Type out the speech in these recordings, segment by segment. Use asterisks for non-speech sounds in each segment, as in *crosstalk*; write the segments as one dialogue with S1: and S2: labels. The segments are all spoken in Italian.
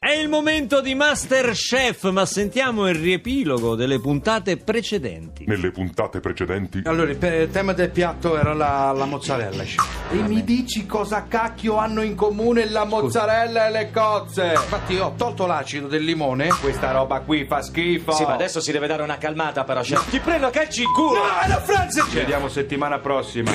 S1: È il momento di Masterchef, ma sentiamo il riepilogo delle puntate precedenti.
S2: Nelle puntate precedenti
S3: Allora, il, pe- il tema del piatto era la, la mozzarella. E mi dici cosa cacchio hanno in comune la mozzarella e le cozze? Infatti, io ho tolto l'acido del limone. Questa roba qui fa schifo.
S4: Sì, ma adesso si deve dare una calmata, però, certo. chef. Ti prendo a calci in culo!
S3: No, è la Francia! Ci vediamo settimana prossima.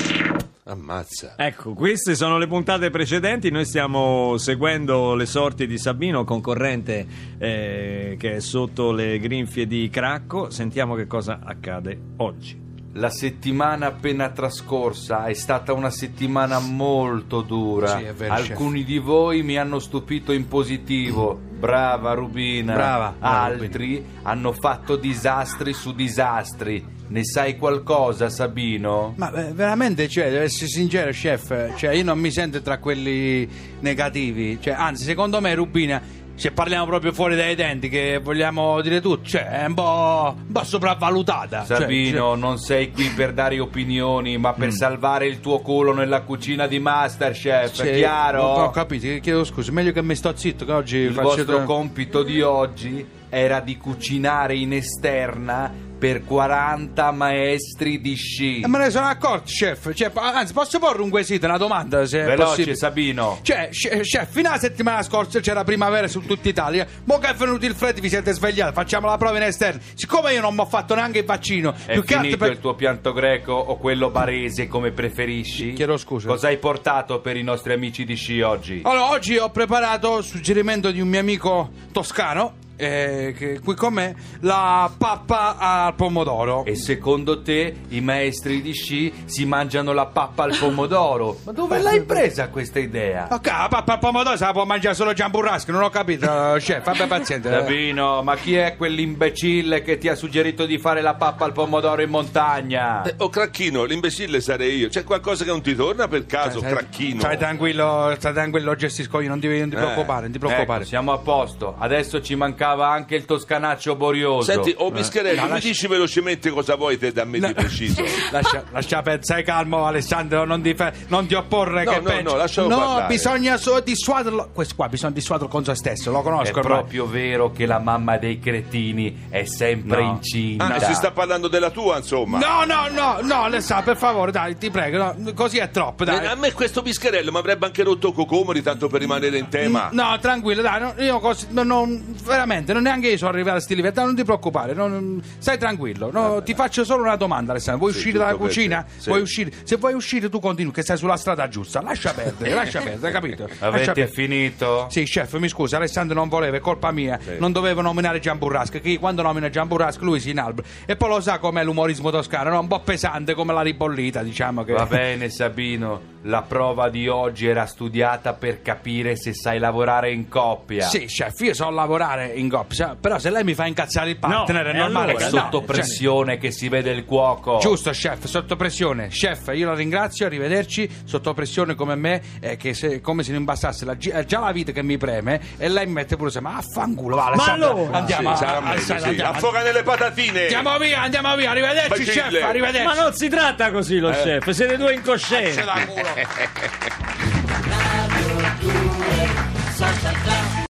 S5: Ammazza.
S1: Ecco, queste sono le puntate precedenti, noi stiamo seguendo le sorti di Sabino, concorrente eh, che è sotto le grinfie di Cracco, sentiamo che cosa accade oggi.
S6: La settimana appena trascorsa è stata una settimana molto dura.
S3: Sì, è vero, chef.
S6: Alcuni di voi mi hanno stupito in positivo. Brava Rubina.
S3: Brava, brava,
S6: Altri hanno fatto disastri su disastri. Ne sai qualcosa, Sabino?
S3: Ma eh, veramente, cioè, devo essere sincero, chef, eh, cioè, io non mi sento tra quelli negativi. Cioè, anzi, secondo me, Rubina, se parliamo proprio fuori dai denti, che vogliamo dire tutto, cioè, è un po', un po' sopravvalutata. Cioè,
S6: Sabino, non sei qui per dare opinioni, ma
S3: Mm.
S6: per salvare il tuo culo nella cucina di Masterchef,
S3: cioè,
S6: chiaro?
S3: Ho, ho capito, chiedo scusa, meglio che mi sto zitto, che oggi
S6: Il
S3: faccio
S6: vostro
S3: tra-
S6: compito di oggi era di cucinare in esterna per 40 maestri di sci.
S3: Eh, me ne sono accorto, chef. Cioè, pa- anzi, posso porre un quesito, una domanda? Se è
S6: Veloce,
S3: possibile?
S6: Sabino.
S3: Cioè, che- chef, fino alla settimana scorsa c'era primavera su tutta Italia. Mo che è venuto il freddo, vi siete svegliati. Facciamo la prova in esterno. Siccome io non mi ho fatto neanche il vaccino,
S6: È
S3: più che altro
S6: finito
S3: per-
S6: il tuo pianto greco o quello barese, come preferisci?
S3: *laughs* Chiedo scusa. Oh.
S6: Cosa hai portato per i nostri amici di sci oggi?
S3: Allora, oggi ho preparato, suggerimento di un mio amico toscano, eh, che è qui con me, la pappa al pomodoro.
S6: E secondo te i maestri di sci si mangiano la pappa al pomodoro? Ma dove l'hai presa questa idea?
S3: Ok, la pappa al pomodoro se la può mangiare solo Giamburrasco, non ho capito, eh, chef,
S6: *laughs*
S3: vabbè pazienza.
S6: eh. Sabino, ma chi è quell'imbecille che ti ha suggerito di fare la pappa al pomodoro in montagna?
S5: Eh, oh, Cracchino, l'imbecille sarei io. C'è qualcosa che non ti torna per caso,
S3: Stai-
S5: Cracchino?
S3: Eh, Stai tranquillo, stai tranquillo, lo gestisco io, non ti, non ti preoccupare, non ti preoccupare.
S6: Eh, Ecco, siamo a posto. Adesso ci mancava anche il toscanaccio borioso.
S5: Senti, oh Mischerelli, mi dici velocemente cosa vuoi te da me di preciso?
S3: Lascia, lascia per- stai calmo Alessandro, non ti, fe- non ti opporre
S5: No,
S3: che
S5: no,
S3: peggio.
S5: no, lascialo parlare.
S3: bisogna solo dissuaderlo. Questo qua bisogna dissuaderlo con se stesso, lo
S6: è
S3: conosco ormai.
S6: proprio vero che la mamma dei cretini è sempre
S3: No.
S6: incinta.
S5: Ah, si sta parlando della tua, insomma.
S3: No,
S5: Eh,
S3: no, no, no, Alessandro, per favore, dai, ti prego, no, così è troppo,
S5: Eh, A
S3: dai.
S5: me questo Mischerello mi avrebbe anche rotto cocomori tanto per rimanere in tema.
S3: No, tranquillo, dai, no, io così, no, non- veramente, non neanche io sono arrivato a sti livelli, dai, non ti preoccupare, non- stai tranquillo. no, ti faccio solo una domanda, Alessandro, vuoi
S5: Sì,
S3: uscire dalla
S5: tutto per
S3: cucina?
S5: te, sì.
S3: Vuoi uscire? Se vuoi uscire tu continui, che stai sulla strada giusta, lascia perdere, lascia perdere,
S5: *laughs*
S3: capito? Lascia
S6: Avete
S3: perdere.
S6: finito?
S3: Sì, chef, mi scusi, Alessandro non voleva, è colpa mia. Non dovevo nominare Gian Burrasco, che quando nomina Gian Burrasco lui si inalbra. E poi lo sa com'è l'umorismo toscano, no? un po' pesante come la ribollita, diciamo che...
S6: Va bene Sabino, la prova di oggi era studiata per capire se sai lavorare in coppia.
S3: Sì, chef, io so lavorare in coppia, però se lei mi fa incazzare il partner è
S1: e
S3: normale.
S6: È
S1: allora?
S3: che-
S6: sotto
S3: no, cioè-
S6: pressione che si vede il cuoco.
S3: Giusto, chef, sotto pressione. Chef, io la ringrazio, arrivederci. Sotto pressione come me, eh, che se, come se non bastasse la, gi- eh, già la vita che mi preme, e lei mi mette pure se, ma affanculo, va, Alessandro,
S1: allora?
S3: andiamo,
S5: Sì, sarà
S3: a-
S5: meglio,
S3: Alessandro,
S5: sì.
S3: andiamo,
S5: Affoga nelle patatine.
S3: andiamo via, andiamo via, arrivederci,
S5: Facile.
S3: chef, arrivederci.
S1: Eh. Ma non si tratta così lo chef, siete due incoscienti.
S3: C'è da culo.